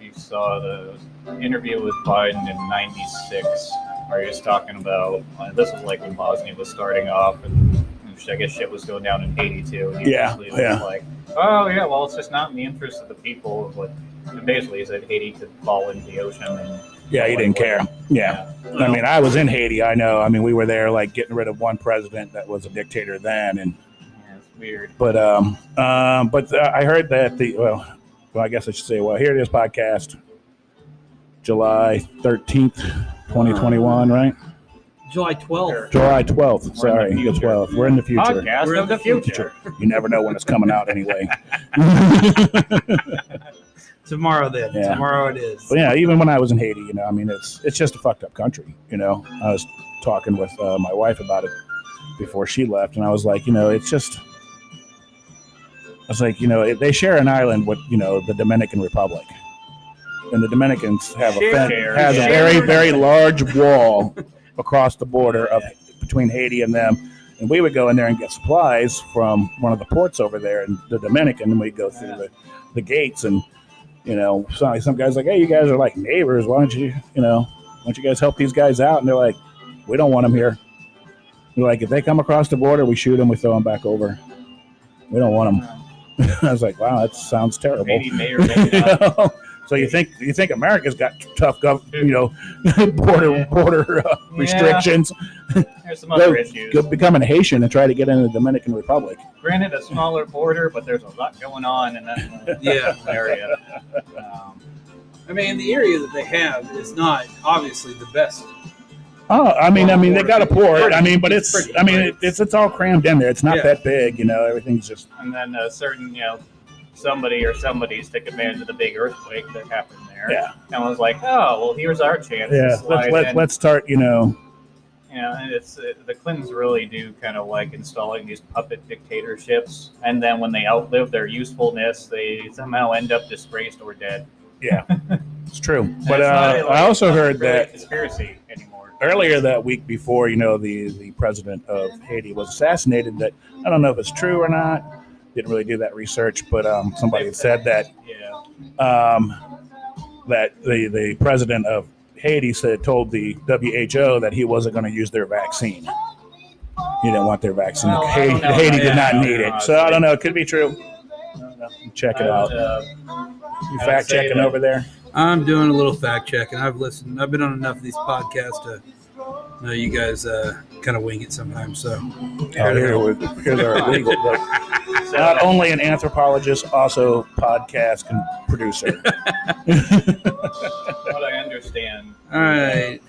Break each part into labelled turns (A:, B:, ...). A: you saw the interview with Biden in '96, where he was talking about uh, this was like when Bosnia was starting off, and, and sh- I guess shit was going down in '82. And he
B: Yeah,
A: basically was
B: yeah.
A: Like, oh yeah, well, it's just not in the interest of the people. Of what, and basically, he said Haiti could fall into the ocean. And,
B: Yeah, he didn't care. Yeah. I mean, I was in Haiti. I know. I mean, we were there like getting rid of one president that was a dictator then. And,
A: yeah, it's weird.
B: but, um, um, but uh, I heard that the, well, well, I guess I should say, well, here it is podcast, July 13th, 2021, right?
C: July 12th.
B: July
A: Uh-huh.
B: 12th.
A: We're in
B: Sorry,
A: the
B: the
A: future.
B: 12th. We're in the future.
A: Podcast
C: We're in
A: of the
C: the
A: future.
B: You never know when it's coming out anyway.
C: Tomorrow then.
B: Yeah.
C: Tomorrow it is.
B: But yeah, even when I was in Haiti, you know, I mean, it's it's just a fucked up country. You know, I was talking with uh, my wife about it before she left, and I was like, you know, it's just, I was like, you know, it, they share an island with you know the Dominican Republic, and the Dominicans have a fen-
A: Share.
B: has a very very large wall across the border of between Haiti and them. And we would go in there and get supplies from one of the ports over there in the Dominican, and we'd go through the, the gates and you know, some, some guys like, hey, you guys are like neighbors. Why don't you, you know, why don't you guys help these guys out? And they're like, we don't want them here. They're like, if they come across the border, we shoot them, we throw them back over. We don't want them. I was like, wow, that sounds terrible.
A: Haiti may or may
B: You
A: not.
B: know? So you think you think America's got tough, gov- you know, border
A: Yeah.
B: border uh,
A: Yeah.
B: restrictions?
A: There's some other
B: Go-
A: issues.
B: Go become a Haitian and try to get into the Dominican Republic.
A: Granted, a smaller border, but there's a lot going on in that
C: Yeah.
A: area. Um,
C: I mean, the area that they have is not obviously the best.
B: Oh, I mean, I mean, they got a port. I mean, but
C: It's
B: it's,
C: pretty
B: I mean,
C: great.
B: it- it's it's all crammed in there. It's not
C: Yeah.
B: that big, you know. Everything's just
A: and then a certain, you know, somebody or somebody's took advantage of the big earthquake that happened there,
B: yeah,
A: and was like, "Oh, well, here's our chance." to
B: yeah.
A: slide
B: Let's let's,
A: in."
B: let's start, you know.
A: You know, and it's uh, the Clintons really do kind of like installing these puppet dictatorships, and then when they outlive their usefulness, they somehow end up disgraced or dead.
B: It's true,
A: And
B: but
A: it's not,
B: uh,
A: like,
B: I also
A: not
B: heard
A: really a
B: that
A: conspiracy anymore.
B: earlier that week before, you know, the the president of Haiti was assassinated. That I don't know if it's true or not. Didn't really do that research, but um, somebody had said that
A: Yeah.
B: um, that the the president of Haiti said told the WHO that he wasn't going to use their vaccine. He didn't want their vaccine.
A: Well, I
B: Haiti,
A: don't know.
B: Haiti did
A: Yeah,
B: not need it, so I don't know. It could be true. Check it
A: I
B: out.
A: would, uh,
B: You
A: I would
B: fact
A: say
B: checking
A: that-
B: over there.
C: I'm doing a little fact checking. I've listened. I've been on enough of these podcasts to know you guys uh, kind of wing it sometimes. So
B: Oh, here we- here's our legal. book.
A: so-
B: Not only an anthropologist, also podcast con- producer.
A: what I understand
C: all right.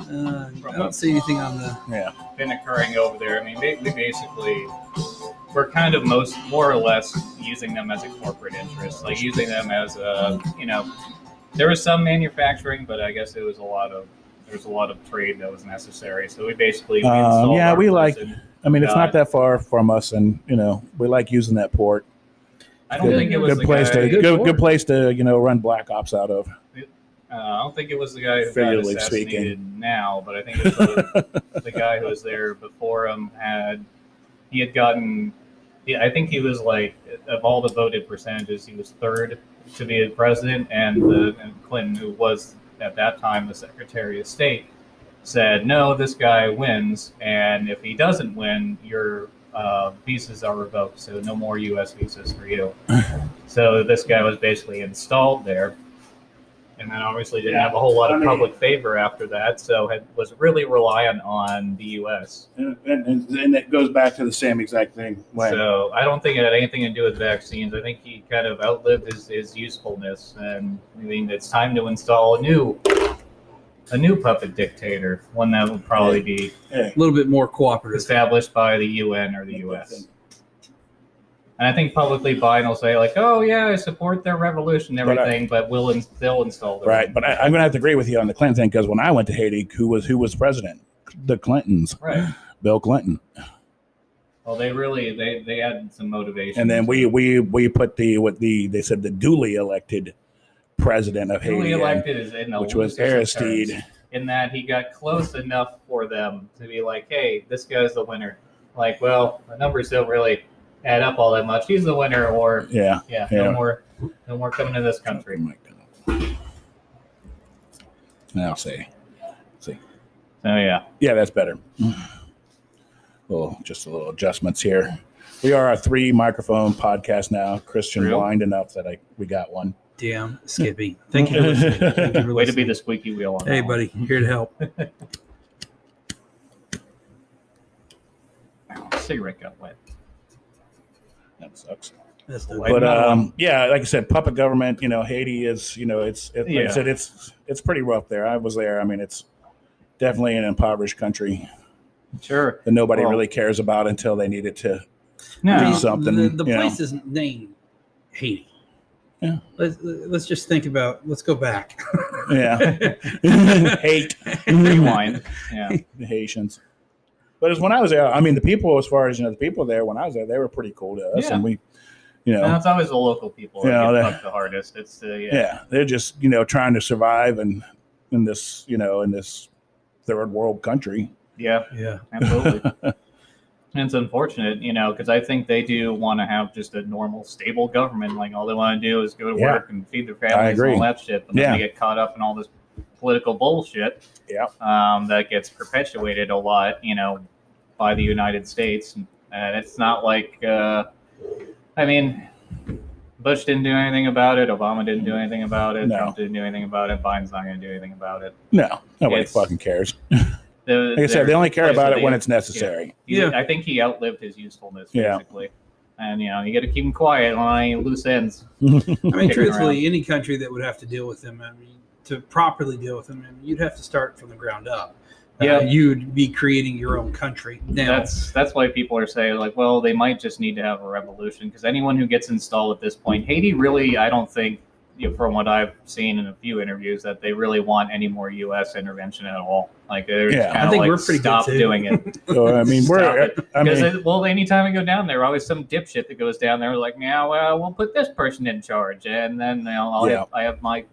C: Uh, I don't see anything on the.
B: Yeah,
A: been occurring over there. I mean, they, we basically we're kind of most more or less using them as a corporate interest, like using them as a you know there was some manufacturing, but I guess it was a lot of there was a lot of trade that was necessary. So we basically we
B: Um,
A: installed
B: yeah,
A: our
B: we like-
A: person.
B: I mean it's not that far from us, and you know we like using that port.
A: I don't
B: good,
A: think it was
B: good
A: the
B: place
A: guy,
B: to
D: Good
B: good,
D: port.
B: good place to you know run black ops out of.
A: Uh, I don't think it was the guy who got
B: Figuratively
A: assassinated
B: speaking.
A: now, but I think it was the, the guy who was there before him had he had gotten. Yeah, I think he was like of all the voted percentages, he was third to be the president, and the and Clinton, who was at that time the Secretary of State, said, "No, this guy wins, and if he doesn't win, your uh, visas are revoked, so no more U.S. visas for you." so this guy was basically installed there, and then obviously didn't have a whole lot of public favor after that, so had, was really reliant on the U.S.
B: And, and, and it goes back to the same exact thing.
A: So I don't think it had anything to do with vaccines. I think he kind of outlived his, his usefulness, and I mean it's time to install a new a new puppet dictator, one that will probably be
C: A little bit more cooperative.
A: established by the UN or the US. And I think publicly Biden will say like, "Oh yeah, I support their revolution and
B: But I-
A: everything," but will in, they'll install their
B: right, but I, I'm gonna have to agree with you on the Clinton thing because when I went to Haiti, who was who was president? The Clintons,
A: right.
B: Bill Clinton,
A: Well, they really they they had some motivation.
B: and then we we we put the what the they said the duly elected president of Haiti,
A: newly
B: in,
A: elected is in a
B: which was
A: loser
B: Aristide.
A: terms, in that he got close enough for them to be like, "Hey, this guy's the winner." Like, well, the numbers don't really add up all that much. He's the winner, or
B: Yeah.
A: yeah,
B: Yeah.
A: no more, no more coming to this country.
B: Oh my God. Now see.
A: So yeah,
B: Yeah, that's better. Little, just a little adjustments here. We are a three microphone podcast now. Christian
A: Real?
B: whined enough that I we got one.
C: Damn, Skippy. Thank you. For listening. Thank you for
A: way to be
C: listening.
A: the squeaky wheel. On
C: Hey,
A: that one.
C: buddy, here to help.
A: Ow, Cigarette got wet.
B: That sucks.
C: That's the
A: Why
B: but
A: not
B: um, yeah, like I said, puppet government. You know, Haiti is you know it's it, like I
A: Yeah.
B: said it's it's pretty rough there. I was there. I mean, it's definitely an impoverished country
A: Sure.
B: that nobody
A: Well-
B: really cares about until they need it to.
C: I mean,
A: No.
B: something,
C: The, the
B: you know.
C: place isn't named Haiti.
B: Yeah.
C: Let's let's just think about. Let's go back.
B: Yeah, hate
A: Rewind. Yeah.
B: the Haitians. But it's when I was there. I mean, the people, as far as you know, the people there when I was there, they were pretty cool to us,
A: Yeah.
B: and we, you know,
A: No, it's always the local people that
B: Yeah,
A: get
B: that-
A: fucked the hardest. It's the
B: yeah. they're just you know trying to survive and in this you know in this third world country.
A: yeah.
C: Yeah.
A: Absolutely. And it's unfortunate, you know, because I think they do want to have just a normal, stable government. Like all they want to do is go to
B: Yeah.
A: work and feed their families and
B: agree.
A: all that shit. But then
B: Yeah.
A: they get caught up in all this political bullshit.
B: Yeah.
A: Um, that gets perpetuated a lot, you know, by the United States. And it's not like, uh, I mean, Bush didn't do anything about it. Obama didn't do anything about it.
B: No.
A: Trump didn't do anything about it. Biden's not going to do anything about it.
B: No, nobody
A: It's-
B: fucking cares.
A: The,
B: Like I said,
A: they're-
B: they only care
A: place
B: about
A: where
B: it when
A: they-
B: it's necessary.
A: He's-
C: Yeah.
A: I think he outlived his usefulness
B: Yeah.
A: basically. And you know, you got to keep him quiet on any loose ends.
C: I mean,
A: Kicking
C: truthfully, any country that would have to deal with them, I mean, to properly deal with them, I mean, you'd have to start from the ground up. Uh,
A: Yeah.
C: you'd be creating your own country now.
A: That's that's why people are saying like, well, they might just need to have a revolution because anyone who gets installed at this point, Haiti really, I don't think, you know, from what I've seen in a few interviews, that they really want any more U.S. intervention at all. Like they're
B: Yeah.
A: kind
C: I
A: of
C: think
A: like,
C: we're pretty good
A: stop
C: too."
A: doing it.
B: So, I mean,
A: Stop
B: we're.
A: it.
B: I
A: Because
B: mean,
A: it- well, anytime I go down there, always some dipshit that goes down there like, yeah, well, we'll put this person in charge, and then you know, I'll
B: Yeah.
A: have, I have my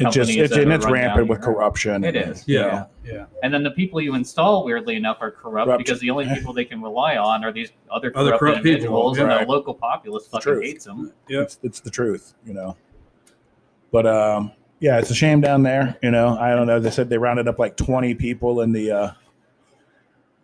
B: it just
A: companies
B: it's,
A: that
B: and
A: are
B: it's
A: run
B: rampant
A: down
B: with
A: here.
B: corruption.
A: It
B: and-
A: is.
C: yeah, yeah.
A: And then the people you install, weirdly enough, are corrupt
B: Corrupt.
A: because the only people they can rely on are these other corrupt,
C: Other corrupt people,
A: individuals, and
B: right.
A: the local populace fucking
B: Truth.
A: hates them.
C: Yeah.
B: It's, it's the truth, you know. But um, yeah, it's a shame down there. You know, I don't know. They said they rounded up like twenty people in the uh,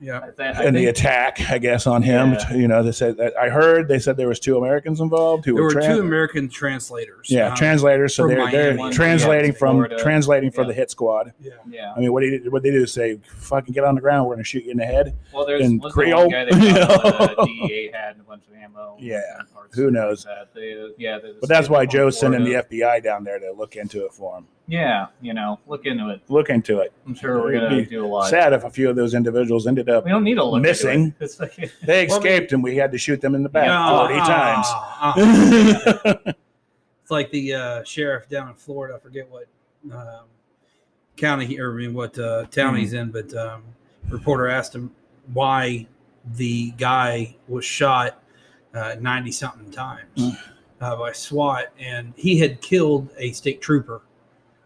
C: Yeah.
A: I, th- I
B: in the
A: think,
B: attack, I guess, on him.
A: Yeah.
B: You know, they said that I heard they said there was two Americans involved who
C: There were
B: trans-
C: two American translators.
B: yeah
C: Um,
B: translators. So
C: from
B: they're they're
C: Miami, one-
B: translating
A: yeah,
B: from
A: Florida.
B: translating for
A: Yeah.
B: the hit squad.
C: yeah.
A: yeah.
B: I mean, what do you, what they do is say, "Fucking get on the ground. We're gonna shoot you in the head."
A: Well, there's
B: in
A: was the one
B: Creole.
A: guy that got uh, E
B: Yeah.
A: a DEA had and a bunch of ammo.
B: Yeah.
A: and parts
B: Who
A: and
B: knows?
A: things like that. They, uh, yeah. there's a
B: But that's
A: state
B: why
A: from
B: Joe's sending the
A: Florida.
B: FBI down there to look into it for him.
A: Yeah, you know, look into it.
B: Look into it.
A: I'm sure we're
B: It'd
A: gonna
B: be
A: do a lot.
B: Sad if a few of those individuals ended up
A: We don't need a look into it.
B: Missing.
A: It's like-
B: They
C: Well, I mean-
B: escaped and we had to shoot them in the back
A: Yeah.
B: 40
C: Ah,
B: times.
C: ah, ah. it's like the uh, sheriff down in Florida. I forget what um, county he, or I mean, what uh, town he's in, but um, reporter asked him why the guy was shot ninety something times uh, by SWAT, and he had killed a state trooper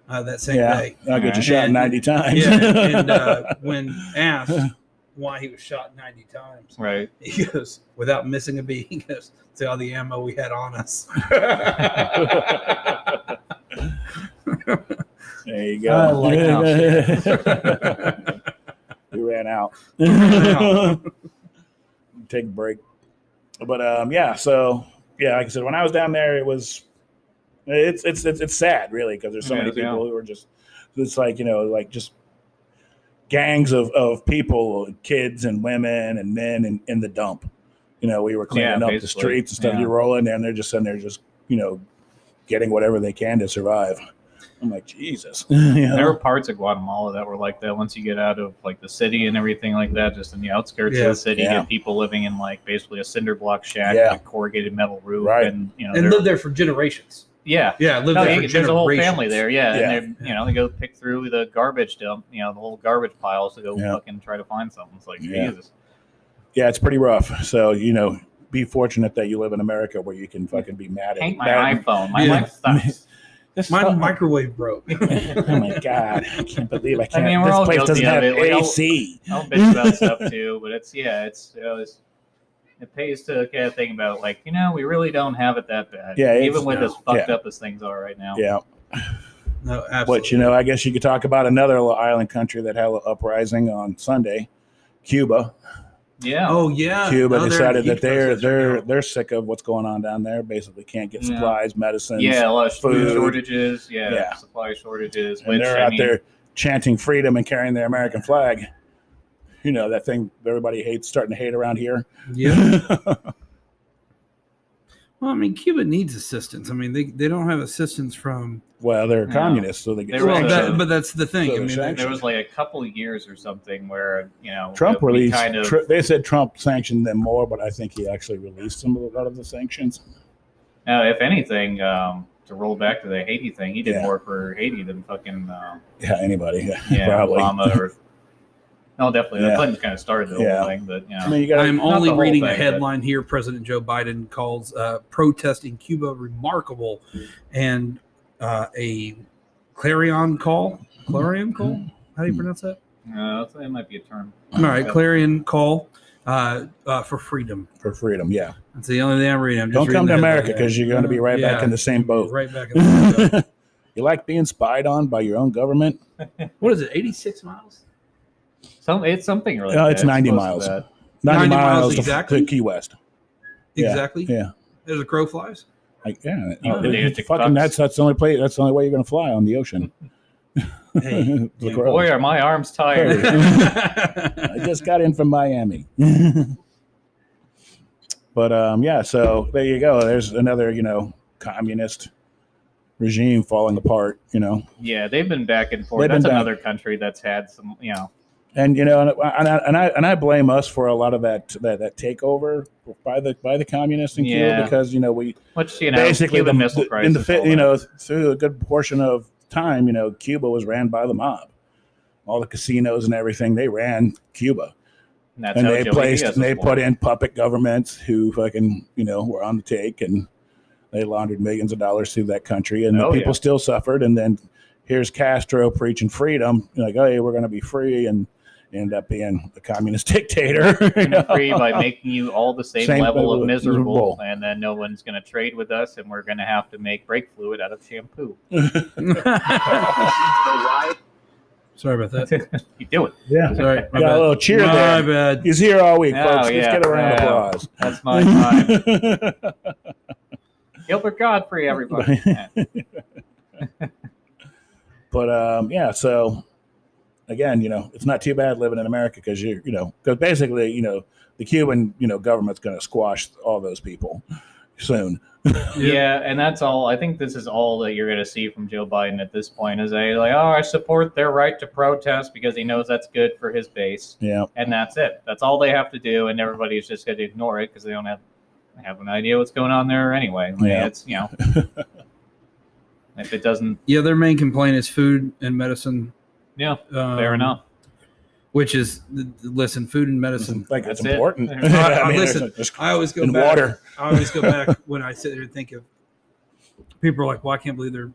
C: uh, that same
B: Yeah.
C: day.
B: I'll get you shot
C: And-
B: 90 times.
C: Yeah, and uh, when asked why he was shot ninety times,
A: right.
C: he goes, without missing a beat, he goes, see all the ammo we had on us.
B: there you go.
C: I like
B: we ran out.
C: ran out.
B: Take a break. But um, yeah, so yeah, like I said, when I was down there, it was it's it's it's, it's sad really because there's so
A: It
B: many
A: is, yeah.
B: people who are just it's like you know like just gangs of of people, kids and women and men in, in the dump. You know, we were cleaning
A: Yeah,
B: up the
A: basically.
B: streets and stuff.
A: Yeah.
B: You roll in there and they're just sitting there, just you know, getting whatever they can to survive. I'm like Jesus. you know?
A: There were
C: Uh-huh.
A: parts of Guatemala that were like that. Once you get out of like the city and everything like that, just in the outskirts
C: Yeah.
A: of the city, you
B: Yeah.
A: get people living in like basically a cinder block shack
B: Yeah.
A: with a corrugated metal roof,
B: Right.
A: and you know,
C: and
A: they're-
C: lived there for generations.
A: yeah.
C: Yeah, lived
A: No,
C: there
A: you-
C: for
A: there's a whole family
C: generations.
A: there, yeah,
B: Yeah.
A: and they're you know they go pick through the garbage dump, you know the whole garbage piles to go
B: Yeah.
A: fucking try to find something. It's like
B: Yeah.
A: Jesus,
B: yeah, it's pretty rough. So you know, be fortunate that you live in America where you can fucking be mad at
A: hate my
B: mad-
A: iPhone, my
C: Yeah.
A: life sucks.
B: This
C: My
B: fucking-
C: microwave broke.
B: oh my god! I can't believe I can't.
A: mean, we're
B: this
A: all
B: place
A: guilty
B: doesn't
A: of
B: have
A: it. We all-
B: AC.
A: I'll bitch about stuff too, but it's yeah, it's you know, it's it pays to kind of think about like you know we really don't have it that bad.
B: Yeah, it's-
A: even with
C: no.
A: as fucked
B: Yeah.
A: up as things are right now.
B: Yeah,
C: No, absolutely.
B: But you know, I guess you could talk about another little island country that had an uprising on Sunday, Cuba.
A: Yeah.
C: oh yeah,
B: Cuba
C: No, they're in
B: decided
C: heat
B: that they're
C: process right
B: they're
C: now.
B: they're sick of what's going on down there. Basically, can't get
A: Yeah.
B: supplies, medicines.
A: yeah, a lot of food
B: Oh, food.
A: shortages. Yeah,
B: Yeah.
A: supply shortages.
B: and
A: which
B: they're
A: I
B: out
A: mean,
B: there chanting freedom and carrying their American flag. You know that thing everybody hates, starting to hate around here.
C: yeah. Well, I mean, Cuba needs assistance. I mean, they, they don't have assistance from.
B: well, they're
A: Yeah.
B: communists, so they get
A: They were
C: Well,
A: also-
B: sanctioned.
C: that, but that's the thing.
B: So
C: I
B: they're
C: mean,
B: sanctioned.
A: There was like a couple of years or something where you know
B: Trump
A: we
B: released.
A: kind of
B: Tr- they said Trump sanctioned them more, but I think he actually released some of a lot of the sanctions.
A: Now, uh, if anything, um, to roll back to the Haiti thing, he did
B: Yeah.
A: more for Haiti than fucking um
B: Yeah, anybody. Yeah,
A: yeah,
B: probably.
A: Obama or no, definitely.
B: Yeah.
A: Clinton kind of started the whole
B: Yeah.
A: thing, but you know,
B: I mean, you got.
C: I'm
A: not
C: only
A: the whole
C: reading a
A: thing, but-
C: headline here. President Joe Biden calls uh, protesting Cuba remarkable and uh, a clarion call. Clarion
B: Mm-hmm.
C: call? How do you pronounce that?
A: uh, that's- that might be a term.
C: All right,
A: Yeah.
C: clarion call uh, uh, for freedom.
B: for freedom. Yeah,
C: That's the only thing I'm reading. I'm just
B: don't come to
C: reading the headline.
B: America because you're going to be right back
C: Yeah.
B: in the same boat.
C: Right back. In the same boat.
B: you like being spied on by your own government?
C: what is it? 86 miles?
A: Some it's something really.
B: No, Uh, it's 90
A: close to
B: miles.
A: that.
B: 90 miles, to,
C: exactly?
B: to Key West. Yeah,
C: Exactly.
B: yeah.
C: There's a crow flies.
B: Like, yeah,
A: You
B: oh,
A: can do
B: it's
A: tic-tacs.
B: fucking that's that's the only place. That's the only way you're going to fly on the ocean.
C: Hey.
B: The
C: dude,
B: crows.
A: Boy, are my arms tired.
B: I just got in from Miami. but um, yeah, so there you go. There's another, you know, communist regime falling apart. You know,
A: yeah, they've been back and forth.
B: They've been
A: that's
B: back.
A: another country that's had some, you know,
B: and you know, and, I- and I and I and I blame us for a lot of that that, that takeover by the by the communists in
A: Yeah.
B: Cuba because you know we
A: which you know,
B: basically
A: Cuban
B: the,
A: Missile
B: the-
A: Crisis.
B: in the fi-
A: all
B: you
A: that.
B: know through a good portion of time you know Cuba was ran by the mob. All the casinos and everything they ran Cuba.
A: and, that's
B: and
A: how
B: they
A: Joey
B: placed
A: Diaz
B: and they
A: was
B: put
A: born.
B: in puppet governments who fucking you know were on the take and they laundered millions of dollars through that country and
A: Oh,
B: the people
A: yeah.
B: still suffered and then here's castro preaching freedom like hey we're going to be free and end up being a communist dictator you know?
A: and free by making you all the same,
B: Same
A: level of
B: level of
A: miserable,
B: miserable.
A: and then no one's going to trade with us, and we're going to have to make brake fluid out of shampoo.
C: Sorry about that.
A: You do it.
B: yeah
C: Sorry.
B: got a
C: My bad.
B: little cheer
C: my
B: there
C: bad.
B: he's here all week
A: Oh,
B: folks let's
A: yeah.
B: get a round of
A: Yeah.
B: applause
A: That's my time. Gilbert Godfrey, everybody.
B: but um, yeah, so again, you know, it's not too bad living in America because you you know because basically you know the Cuban you know government's going to squash all those people soon.
A: yeah, and that's all. I think this is all that you're going to see from Joe Biden at this point is a like, oh, I support their right to protest because he knows that's good for his base,
B: Yeah,
A: and that's it. That's all they have to do, and everybody's just going to ignore it because they don't have have an idea what's going on there anyway. I mean,
B: Yeah.
A: It's you know, if it doesn't,
C: Yeah, their main complaint is food and medicine.
A: yeah,
C: Um,
A: fair enough.
C: Which is listen, food and medicine.
B: like it's
A: That's it.
B: important.
A: Uh,
B: there's
C: listen,
B: just-
C: I always go
B: and
C: back.
B: water.
C: I always go back when I sit there and think of people are like, "Well, I can't believe they're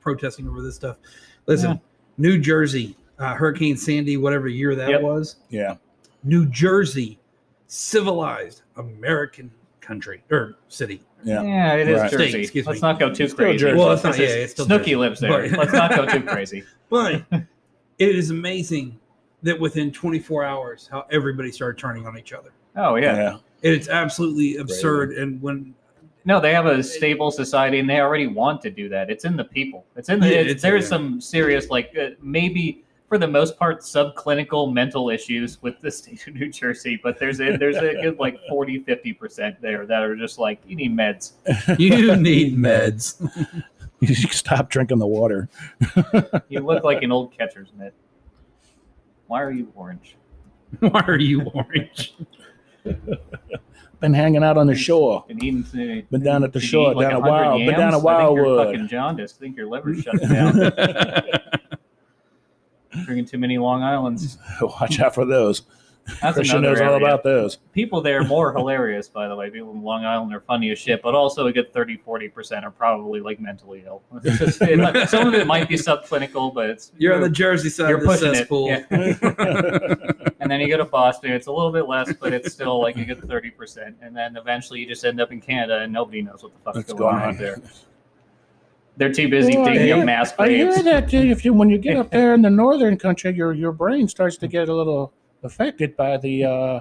C: protesting over this stuff." Listen,
A: Yeah.
C: New Jersey, uh, Hurricane Sandy, whatever year that
A: Yep.
C: was,
B: Yeah,
C: New Jersey, civilized American country or city.
B: yeah.
A: Yeah, it is
B: Right.
A: Jersey.
C: State, excuse
A: Let's
C: me.
A: not go too
B: It's still
A: crazy.
B: Jersey.
C: Well, it's not-
A: Because
C: yeah, it's still
A: Snooki
C: Jersey.
A: lives there.
C: But-
A: Let's not go too crazy.
C: But it is amazing that within 24 hours, how everybody started turning on each other.
A: Oh yeah.
C: It's absolutely absurd. And when
A: No, they have a stable society, and they already want to do that. It's in the people. It's in the.
C: Yeah,
A: it's,
C: it's-
A: there's
C: yeah.
A: some serious, like uh, maybe for the most part, subclinical mental issues with the state of New Jersey, but there's a, there's a good like 40, 50 percent there that are just like you need meds.
C: you need meds,
B: You should stop drinking the water.
A: You look like an old catcher's mitt. Why are you orange?
C: why are you orange?
B: Been hanging out on the shore.
A: Been eating.
B: Been down at the
A: Did you
B: shore,
A: eat, like,
B: down at
A: 100
B: Wild, been
A: yams?
B: down
A: I
B: at
A: think you're
B: Wildwood.
A: Fucking jaundiced. think your liver's shut down. drinking too many Long Islands.
B: Watch out for those.
A: That's
B: Christian
A: another
B: knows all
A: area.
B: about those.
A: People there are more hilarious, by the way. People in Long Island are funny as shit, but also a good 30, 40% are probably like mentally ill. It's just- it might- some of it might be subclinical, but it's.
C: You're on the Jersey side
A: you're
C: of the
A: pushing it.
C: cesspool.
A: Yeah. And then you go to Boston, it's a little bit less, but it's still like a good 30%. And then eventually you just end up in Canada and nobody knows what the fuck's
B: That's
A: going on
B: gone.
A: out there. They're too busy
B: Well, I
A: digging
B: hear-
A: up mass
B: I hear
A: graves.
B: that too. If you when you get up there in the northern country, your your brain starts to get a little affected by the uh,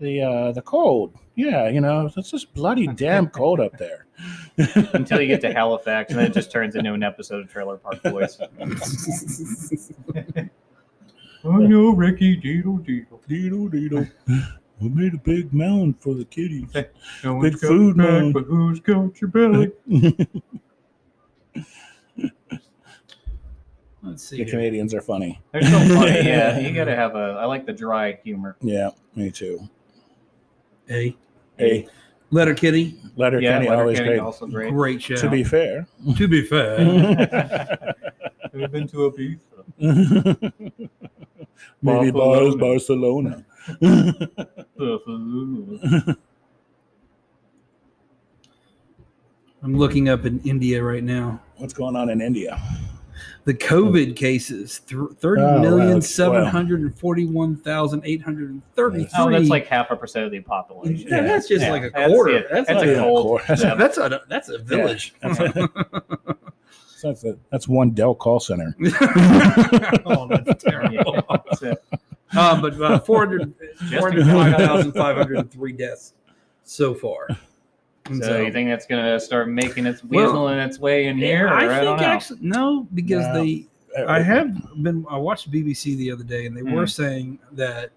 B: the uh, the cold. Yeah, you know, it's just bloody damn cold up there.
A: Until you get to Halifax, and then it just turns into an episode of Trailer Park Boys. oh no, Ricky, deedle deedle.
B: Deedle deedle. We made a big mound for the kitties.
A: No
B: one's Big got your food back, man.
A: but who's got your belly?
C: Let's see.
B: the
C: here.
B: Canadians are funny.
A: They're so funny. Yeah, you gotta have a. I like the dry humor.
B: Yeah, me too.
C: Hey,
B: Hey,
C: Letter Kitty.
B: letter
A: yeah,
B: Kenny always
A: Letterkenny
B: great.
A: also great.
C: Great show.
B: To be fair.
C: to be fair.
A: We've been to Ibiza.
B: Maybe Bars
A: Barcelona.
B: Barcelona.
A: Buffalo.
C: I'm looking up in India right now.
B: What's going on in India?
C: The COVID cases, th-
B: Oh, wow,
C: thirty million
B: that's-
C: seven hundred forty-one thousand eight hundred and thirty-three.
A: Oh, that's like half a percent of the population.
C: Yeah, that's just
A: Yeah,
C: like a
A: that's
C: quarter.
A: it.
C: That's,
A: That's
C: like-
A: a cold-
B: That's,
C: that's a that's a village.
B: that's, a- that's one Dell call center.
C: oh, that's terrible.
A: Yeah, that's it.
C: Uh, but uh, 400
A: Just
C: 405,503 deaths so far.
A: So,
C: And
A: you think that's gonna start making its
C: Well,
A: weasel in its way in here?
C: I
A: or I,
C: think
A: don't know.
C: actually no, because
B: No.
C: they I have been. I watched BBC the other day, and they were
A: Mm.
C: saying that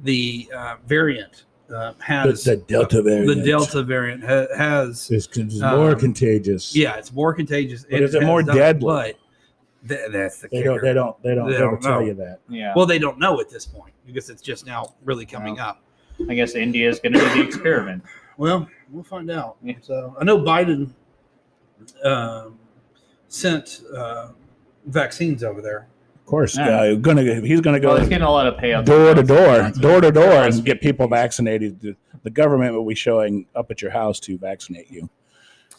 C: the uh, variant uh,
B: the,
C: has
B: the Delta variant.
C: the Delta variant ha- has.
B: is con- is more
C: Um,
B: contagious.
C: Yeah, it's more contagious.
B: But is it
C: has
B: more
C: done-
B: deadly?
C: But tha- that's the
B: they don't. They
C: kicker.
B: don't. They don't
C: They
B: ever
C: don't
B: tell
C: know.
B: you that.
A: Yeah.
C: Well, they don't know at this point because it's just now really coming up.
A: I guess India is gonna do the experiment.
C: Well, we'll find out.
A: Yeah.
C: So I know Biden um, sent uh, vaccines over there.
B: Of course,
A: Yeah.
B: uh, gonna he's gonna go
A: Well, it's getting a lot of payout.
B: door to door, door to door,
A: Yes.
B: and get people vaccinated. The, the government will be showing up at your house to vaccinate you.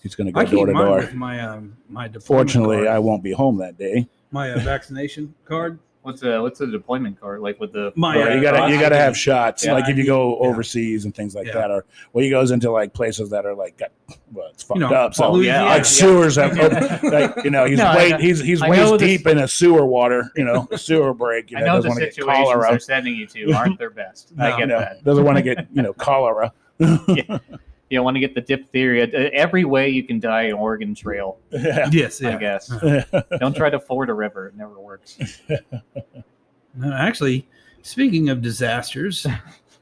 B: He's gonna go
C: I keep
B: door to
C: mine
B: door.
C: with my um, my deployment
B: Fortunately,
C: card,
B: I won't be home that day.
C: my uh, vaccination card.
A: What's a what's a deployment card like with the
C: My,
B: But
C: uh,
B: you gotta you
C: I
B: gotta
C: need-
B: have shots.
C: yeah,
B: like
C: I
B: if you
C: need-
B: go
C: yeah.
B: overseas and things like
C: Yeah.
B: that, or well, he goes into like places that are like got, well, it's fucked
C: You know,
B: up. So
A: Louis- yeah,
B: like sewers have
A: Yeah.
B: like you know he's
A: No, I
B: way
A: know-
B: he's he's
A: I
B: waist
A: know this-
B: deep in a sewer water. You know sewer break. You
A: I
B: know,
A: know the
B: doesn't want to get
A: situations
B: cholera.
A: they're sending you to aren't their best. I
C: No.
A: get
B: You know,
A: that.
B: doesn't want to get you know cholera.
A: You want to get the diphtheria. Uh, Every way you can die an Oregon Trail,
B: Yeah.
C: Yes,
A: I
C: yeah.
A: guess. Don't try to ford a river; it never works.
C: No, actually, speaking of disasters,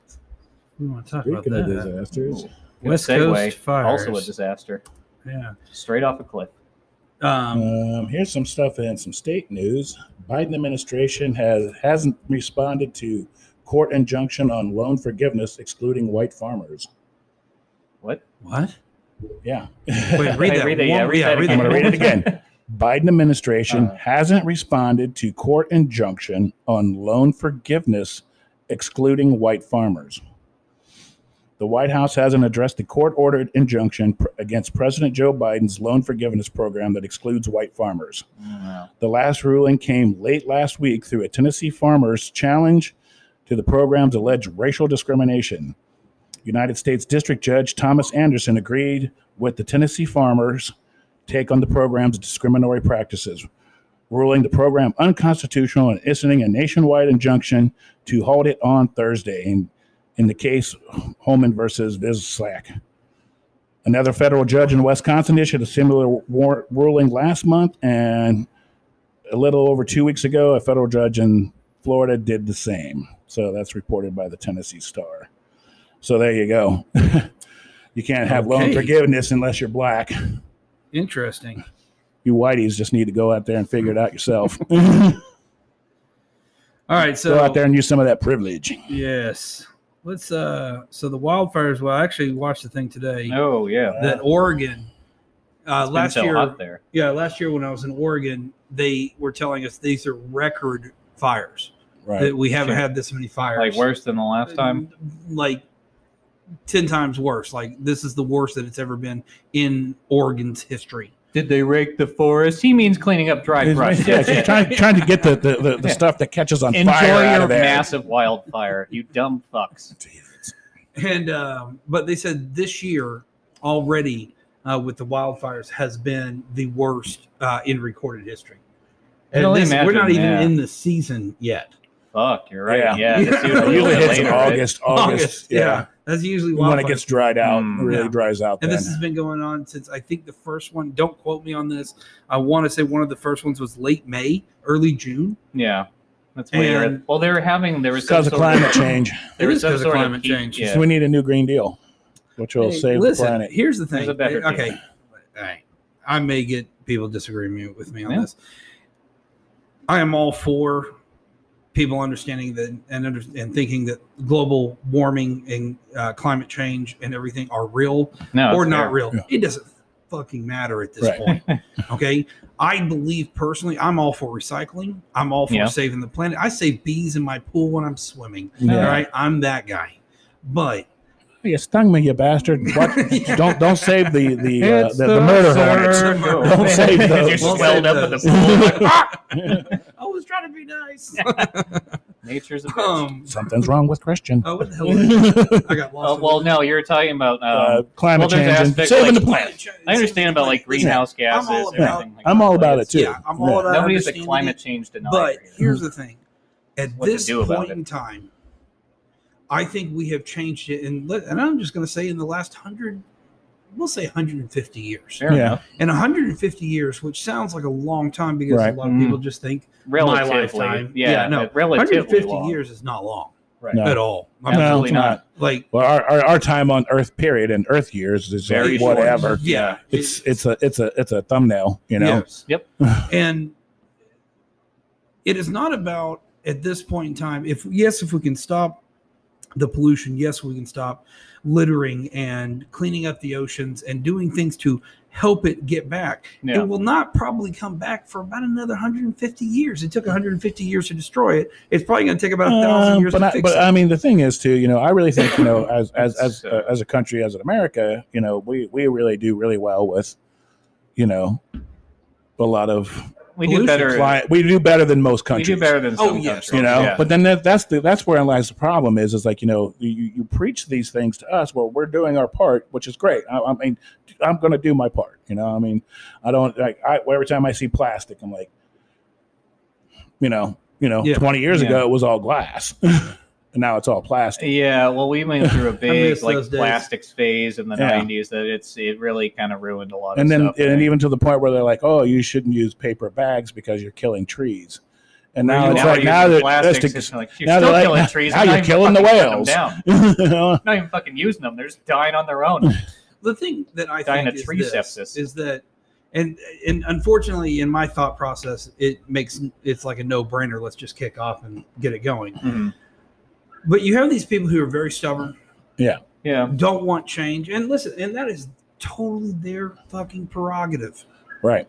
C: we want to talk
B: Speaking
C: about
B: of
C: that.
B: disasters,
A: Good
C: West
A: segue.
C: Coast fires.
A: Also a disaster,
C: yeah.
A: straight off a cliff.
C: Um,
B: um, here's some stuff in some state news. Biden administration has hasn't responded to court injunction on loan forgiveness excluding white farmers.
A: What?
C: what?
B: Yeah.
C: Wait, read
A: Hey,
C: that.
A: read that,
C: one-
A: yeah, read that
B: I'm going to
A: again.
B: read it again. Biden administration
A: Uh.
B: hasn't responded to court injunction on loan forgiveness excluding white farmers. The White House hasn't addressed the court ordered injunction pr- against President Joe Biden's loan forgiveness program that excludes white farmers. The last ruling came late last week through a Tennessee farmer's challenge to the program's alleged racial discrimination. United States District Judge Thomas Anderson agreed with the Tennessee farmers' take on the program's discriminatory practices, ruling the program unconstitutional and issuing a nationwide injunction to hold it on Thursday in, in the case Holman versus Viz Slack. Another federal judge in Wisconsin issued a similar war- ruling last month, and a little over two weeks ago, a federal judge in Florida did the same. So that's reported by the Tennessee Star. So there you go. you can't have loan
C: Okay.
B: forgiveness unless you're black
C: Interesting.
B: you whiteys just need to go out there and figure it out yourself.
C: All right, so
B: go out there and use some of that privilege.
C: Yes. Let's uh so the wildfires well I actually watched the thing today
A: Oh yeah.
C: that Oregon uh
A: It's been
C: last
A: so
C: year
A: hot there.
C: yeah last year when I was in Oregon they were telling us these are record fires
B: Right.
C: that we haven't
A: Sure.
C: had this many fires
A: Like worse than the last time.
C: like 10 times worse like this is the worst that it's ever been in Oregon's history
A: Did they rake the forest? He means cleaning up dry brush.
B: yeah,
A: That's
B: she's
A: it.
B: trying, trying to get the, the, the, the
A: Yeah.
B: stuff that catches on
A: Enjoy
B: fire out
A: your
B: of there.
A: massive wildfire, you dumb fucks.
B: Jesus.
C: and um but they said this year already uh, with the wildfires has been the worst uh, in recorded history.
A: Can
C: And
A: only
C: this- we're not
A: imagine,
C: even
A: yeah.
C: in the season yet.
A: Fuck, you're right.
B: Yeah.
A: Yeah, this
C: Yeah.
A: usually
B: usually
A: a
B: hits
A: later,
B: in
A: right?
B: August, August. Yeah.
C: that's usually
B: When it
C: wildfires.
B: gets dried out,
A: Mm.
B: it really
C: Yeah.
B: dries out.
C: And
B: then.
C: this has been going on since I think the first one. Don't quote me on this. I want to say one of the first ones was late May, early June.
A: Yeah, that's later.
C: And-
A: well, they were having there was some
B: because of
A: sort
B: climate change.
A: There
C: It
A: was
C: is
A: some
C: 'cause of
A: sort of
C: climate
A: heat,
C: change.
A: yeah.
B: So we need a new Green Deal, which will
C: Hey,
B: save
C: listen,
B: the planet.
C: Here's the thing.
A: There's a better
C: Eh, okay, all right. I may get people disagreeing me- with me on
A: Yeah.
C: this. I am all for people understanding that and under, and thinking that global warming and uh, climate change and everything are real
A: No,
C: or
A: it's
C: not
A: fair.
C: real.
B: Yeah.
C: It doesn't fucking matter at this
B: Right.
C: point. Okay. I believe personally, I'm all for recycling. I'm all for
A: Yeah.
C: saving the planet. I save bees in my pool when I'm swimming.
B: Yeah.
C: All right. I'm that guy. But
B: You stung me, you bastard! What?
C: Yeah.
B: Don't don't save the the uh, the, the murder hornets.
C: hornets.
B: Don't save
A: You
B: those.
A: just
C: Don't
A: swelled
C: save
A: up at
C: those.
A: the pool.
C: I was trying to be nice.
A: Nature's a bitch.
C: um,
B: Something's wrong with Christian.
C: oh, what the hell is that?
B: uh,
C: I got lost.
A: Oh, well, no, you're talking about. Um,
B: climate
A: well, there's
B: change and
A: aspects
B: saving
A: like-
B: the planet.
A: I understand about like greenhouse gases.
C: all
A: and
C: about-
A: everything like
B: I'm
A: that,
B: all
A: but
B: about it
A: it's-
B: too.
C: Yeah, I'm all
B: Yeah.
C: about
A: Nobody's a
C: understanding
A: climate
C: it,
A: change denier.
C: But
A: here.
C: here's the thing. At
A: What to
C: this
A: do about
C: point
A: it.
C: in time, I think we have changed it, and and I'm just going to say in the last hundred, we'll say 150 years.
A: Fair
B: Yeah.
A: enough.
C: And 150 years, which sounds like a long time because
B: Right. Mm-hmm.
C: a lot of
A: Mhm.
C: people just think
A: Relatively,
C: lifetime.
A: Yeah,
C: Yeah, no,
A: relatively
C: 150
A: long.
C: years is not long
A: Right.
B: No.
C: at all. I mean,
A: Absolutely
B: No, it's
A: not.
C: Like
B: Well, our, our, our time on Earth period and Earth years is like
A: Very short.
B: whatever.
C: yeah,
B: It's it's a it's a it's a thumbnail, you know.
C: Yes.
A: Yep.
C: and it is not about at this point in time. If yes, if we can stop the pollution, yes, we can stop littering and cleaning up the oceans and doing things to help it get back.
A: Yeah.
C: It will not probably come back for about another 150 years. It took 150 years to destroy it. It's probably going to take about a thousand
B: Um,
C: years
B: but
C: to
B: I,
C: fix
B: but
C: it.
B: I mean, the thing is, too, you know, I really think, you know, as as as
A: It's, uh,
B: uh, as a country, as an America, you know, we we really do really well with, you know, a lot of
A: We do better.
B: cli- We do better than most
A: we
B: countries.
A: do better than
C: Oh,
A: some
C: yes.
A: countries,
B: you know.
A: yeah.
B: But then that, that's the that's where lies the problem is. Is like you know you, you preach these things to us. Well, we're doing our part, which is great. I, I mean, I'm going to do my part. You know, I mean, I don't like I every time I see plastic, I'm like, you know, you know,
C: Yeah.
B: 20 years
A: Yeah.
B: ago it was all glass, and now it's all plastic.
A: Yeah, well, we went through a big
C: miss
A: like
C: those days.
A: plastics phase in the
B: Yeah.
A: '90s that it's it really kind of ruined a lot
B: And
A: of
B: then
A: stuff. I
B: and
A: think.
B: even to the point where they're like, oh, you shouldn't use paper bags because you're killing trees. And
A: Well,
B: now it's
A: we're
B: like
A: using
B: now that
A: plastics,
B: that's the-
A: it's like, you're
B: now
A: still
B: they're like,
A: killing
B: "Now
A: trees.
B: you're
A: and not even
B: killing the
A: fucking cutting them down.
B: whales." you know?
A: Not even fucking using them. They're just dying on their own.
C: the thing that I
A: Dying
C: think
A: of
C: is,
A: tree
C: this,
A: sepsis.
C: is that, and and unfortunately, in my thought process, it makes it's like a no brainer. Let's just kick off and get it going.
A: Mm-hmm.
C: But you have these people who are very stubborn,
A: Yeah.
C: don't want change, and listen, and that is totally their fucking prerogative.
B: Right.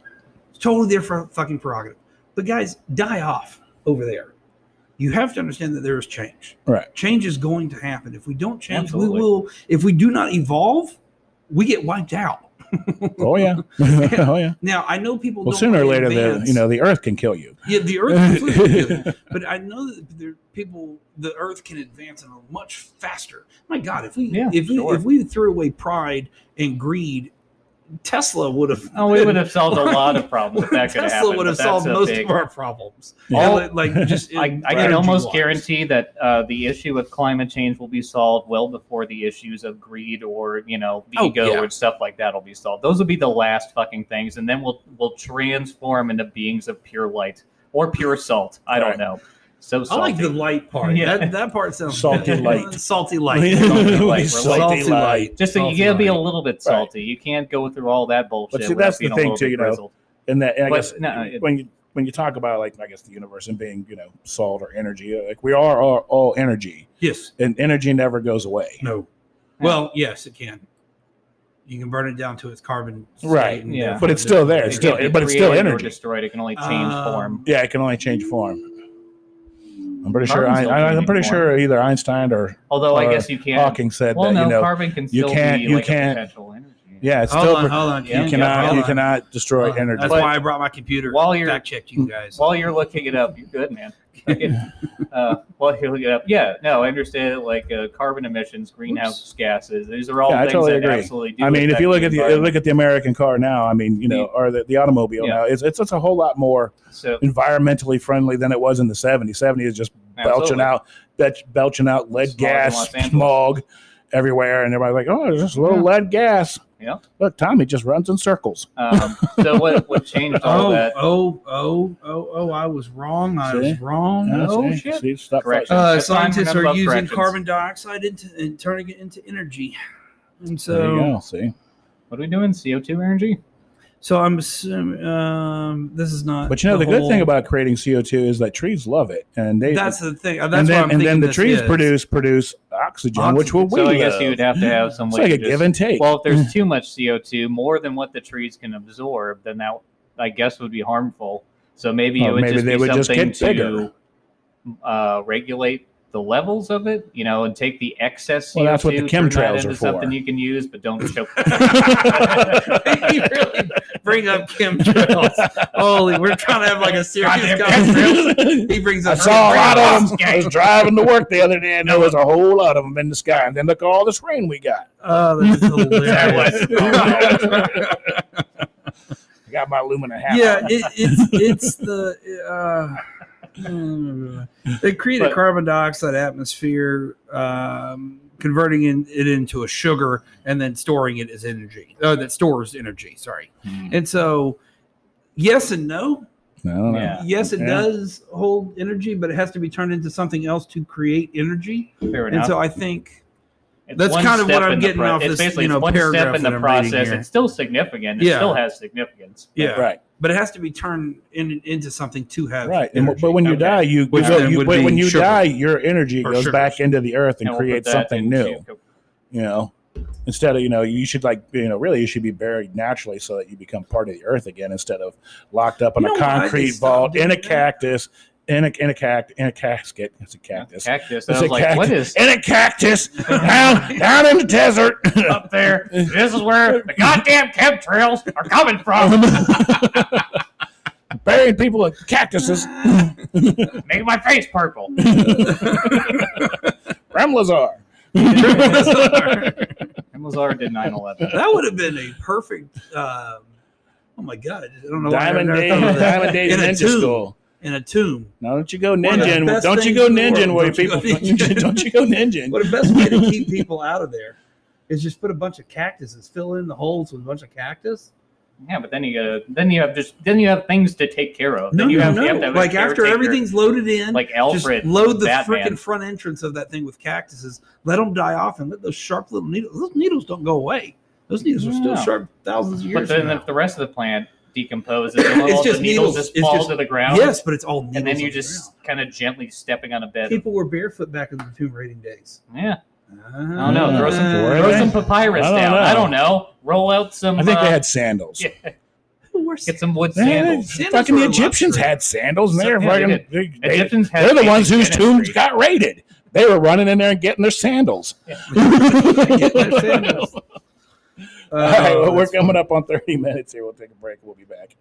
C: It's totally their fu- fucking prerogative. But guys, die off over there. You have to understand that there is change.
B: Right.
C: Change is going to happen. If we don't change,
A: Absolutely.
C: we will. If we do not evolve, we get wiped out.
B: Oh yeah. oh yeah.
C: Now I know people.
B: Well,
C: don't
B: sooner or
C: want
B: later, the
C: advance-
B: you know the Earth can kill you.
C: yeah, the Earth. can flip you. but I know that there people, the Earth can advance in a much faster. My God, if we
A: Yeah,
C: if we
A: sure.
C: if we threw away pride and greed, Tesla would have.
A: Oh, we would have solved a lot of problems if that could
C: Tesla
A: have happened.
C: would have
A: but that's
C: solved
A: a
C: most
A: big-
C: of our problems.
B: Yeah.
C: All- like just in
A: I, I can
C: energy
A: almost
C: wise.
A: guarantee that uh, the issue with climate change will be solved well before the issues of greed or you know
C: Oh,
A: ego
C: yeah.
A: or stuff like that will be solved. Those will be the last fucking things, and then we'll we'll transform into beings of pure light or pure salt. I
B: Right.
A: don't know. So
C: I
A: salty.
C: like the light part.
A: Yeah.
C: That, that part sounds
B: Salty
C: good.
B: light.
C: Salty
A: Salty
C: light.
A: light.
B: We're
A: Salty
B: salty light.
A: Just so you
C: Salty
A: gotta be a
C: light.
A: little bit salty. You can't go through all that bullshit.
B: see,
A: without
B: that's the
A: being a
B: thing,
A: little
B: too,
A: bit
B: you know,
A: grizzled.
B: And that, and I
A: But,
B: guess
A: no, it-
B: when you when you talk about like I guess the universe and being you know salt or energy, uh, like we are all, all energy,
C: yes.
B: and energy never goes away.
C: No. Well, yes, it can. You can burn it down to its carbon. state
B: Right.
C: and
A: Yeah.
B: But it's still there.
A: It
B: It's still,
A: can't be
B: but it's still
A: created or
B: energy.
A: destroyed. It can only change
C: Um,
A: form.
B: Yeah, it can only change form. I'm pretty sure.
A: Carbon's
B: I,
A: not
B: I, I'm
A: changing
B: pretty
A: form.
B: sure either Einstein or
A: Although I
B: or
A: guess you can't.
B: Hawking said
A: Well,
B: that
A: no,
B: you know
A: carbon can still
B: can't-
A: be
B: you
A: like
B: can't-
A: a potential energy.
B: Yeah, it's
C: Hold
B: still
C: on, hold on.
B: you
C: Ken,
B: cannot
C: hold
B: you
C: on.
B: cannot destroy
C: Hold on.
B: energy.
C: That's
A: But-
C: why I brought my computer.
A: While you're-
C: fact checked you guys.
A: While you're looking it up, you're good, man. uh, while you're looking it up, yeah, no, I understand that, like uh, carbon emissions, greenhouse gases. These are all
B: Yeah, I
A: things
B: totally
A: that
B: agree.
A: absolutely do.
B: I mean, if you look
A: affect
B: at the
A: environment.
B: look at the American car now, I mean, you know, or the, the automobile
A: Yeah.
B: now, it's, it's it's a whole lot more
A: so
B: environmentally friendly than it was in the 70s. 70s is just belching
A: absolutely.
B: out belch, belching out lead
A: Smog in Los
B: gas
A: Angeles.
B: smog everywhere, and everybody's like, "Oh, there's just a little lead gas."
A: Yeah.
B: Look, Tommy just runs in circles.
A: Um, so what what changed all
C: Oh,
A: that?
C: oh, oh, oh, oh, I was wrong. I
B: See?
C: was wrong.
B: Yeah,
A: Oh,
B: see?
A: shit.
B: See? Stop
A: Correct.
B: fighting.
C: Uh,
A: That's fine,
C: scientists
A: we're
C: are
A: not above
C: using
A: corrections.
C: carbon dioxide into and turning it into energy. And
B: there you
C: so,
B: go. See,
A: What are we doing? CO two energy?
C: so I'm assuming um, this is not.
B: but you know the, good
C: whole-
B: thing about creating CO two is that trees love it, and they
C: that's the thing. uh,
B: and
C: That's what
B: then
C: I'm
B: and
C: thinking
B: then the
C: this
B: trees
C: is.
B: produce produce oxygen, which will we
A: so I
B: love.
A: guess you would have to have some
B: it's
A: way
B: like
A: to
B: a
A: just-
B: give and take.
A: Well, if there's too much CO two, more than what the trees can absorb, then that I guess would be harmful. So maybe
B: Oh,
A: it would
B: maybe
A: just
B: they
A: be
B: would just
A: something
B: get bigger.
A: to uh, regulate the levels of it, you know, and take the excess CO2,
B: Well, that's what the
A: turn that
B: chemtrails
A: into
B: are
A: something
B: for.
A: you can use, but don't choke.
C: you really bring up chemtrails. Holy, we're trying to have like a serious conversation. He brings up.
B: I saw a lot of them.
C: chemtrails.
B: I was driving to work the other day, and there was a whole lot of them in the sky. And then look at all this rain we got.
C: Oh, that's hilarious.
B: I got my Lumina hat.
C: yeah,
B: on.
C: it, it's it's the uh, they create a
A: But-
C: carbon dioxide atmosphere, um, converting in, it into a sugar and then storing it as energy. Uh, that stores energy. Sorry, and so yes and no.
B: I don't know.
A: Yeah.
C: Yes, it
B: Yeah.
C: does hold energy, but it has to be turned into something else to create energy.
A: Fair
C: and
A: enough.
C: so I think
A: It's
C: that's
A: one
C: kind of what
A: step
C: I'm
A: in the
C: getting off
A: it's
C: this,
A: basically
C: you know,
A: it's one
C: paragraph
A: step in
C: that
A: the
C: I'm reading
A: process.
C: here.
A: It's still significant. It
C: Yeah.
A: still has significance.
C: yeah,
B: Right,
C: but it has to be turned in, into something to have
B: right. And,
C: energy.
B: but when you
A: Okay.
B: die, you,
C: Which
B: you go-
C: then
B: you-
C: would
B: but when
C: be
B: you
C: sugar.
B: die, your energy
C: Or
B: goes
C: sugars.
B: back into the earth and,
A: And we'll put
B: creates
A: that
B: something
A: into-
B: new. You know, instead of you know, you should like you know, really, you should be buried naturally so that you become part of the earth again instead of locked up in
C: You
B: a
C: know why they
B: concrete
C: stopped
B: vault in a
C: doing that?
B: cactus. In a in a cact in a casket. It's a cactus.
A: Cactus.
B: It's
A: I
B: a
A: was like, what is
B: in a cactus down down in the desert.
A: up there? This is where the goddamn chemtrails are coming from.
B: Burying people in cactuses.
A: Make my face purple.
B: Ramlazar.
A: And Lazar did 9 11.
C: that would have been a perfect. Um, oh my god! I don't know. why I
B: Diamond
C: never
B: Day.
C: thought of that.
B: Diamond Day
C: In a
B: Ninja
C: tomb.
B: School.
C: In a tomb.
B: Now don't you go
C: One of the
B: ninja.
C: best
B: Don't you
C: things
B: go
C: in the
B: ninja
C: world.
B: where
C: Don't you
B: people
C: go
B: don't you,
C: ninja.
B: don't you go ninja.
C: What the best way to keep people out of there is just put a bunch of cactuses, fill in the holes with a bunch of cactus.
A: Yeah, but then you gotta, then you have just, then you have things to take care of.
C: No,
A: then you
C: no,
A: have,
C: no.
A: you have to have a
C: like after
A: caretaker,
C: everything's loaded in,
A: like Alfred,
C: just load the
A: Batman.
C: freaking front entrance of that thing with cactuses. Let them die off and let those sharp little needles. Those needles don't go away. Those needles are still
A: No.
C: sharp thousands of years.
A: But then
C: from now.
A: if the rest of the plant decomposes, and all
C: just
A: the needles,
C: needles.
A: just
C: It's
A: fall
C: just-
A: to the ground.
C: yes, but it's all needles.
A: and then you
C: on the
A: just kind of gently stepping on a
C: ground.
A: bed.
C: people were barefoot back in the tomb raiding days. Uh,
A: yeah,
C: I
A: I don't know. Throw some,
B: Were
A: throw
B: they?
A: some papyrus
B: I don't
A: down.
B: know.
A: I don't know. Roll out some.
B: I think
A: uh,
B: they had sandals.
A: yeah,
C: Who
A: get some wood
B: Man,
A: sandals.
C: Sandals
B: fucking
C: were
B: the
C: a
B: Egyptians
C: luxury.
B: had sandals, and
A: So-
B: they're
A: yeah, they
B: fucking. They
A: Egyptians had
B: are the ones whose
A: basic dentistry.
B: tombs got raided. They were running in there and getting their sandals. All right, well, we're coming up on 30 minutes here. We'll take a break. We'll be back.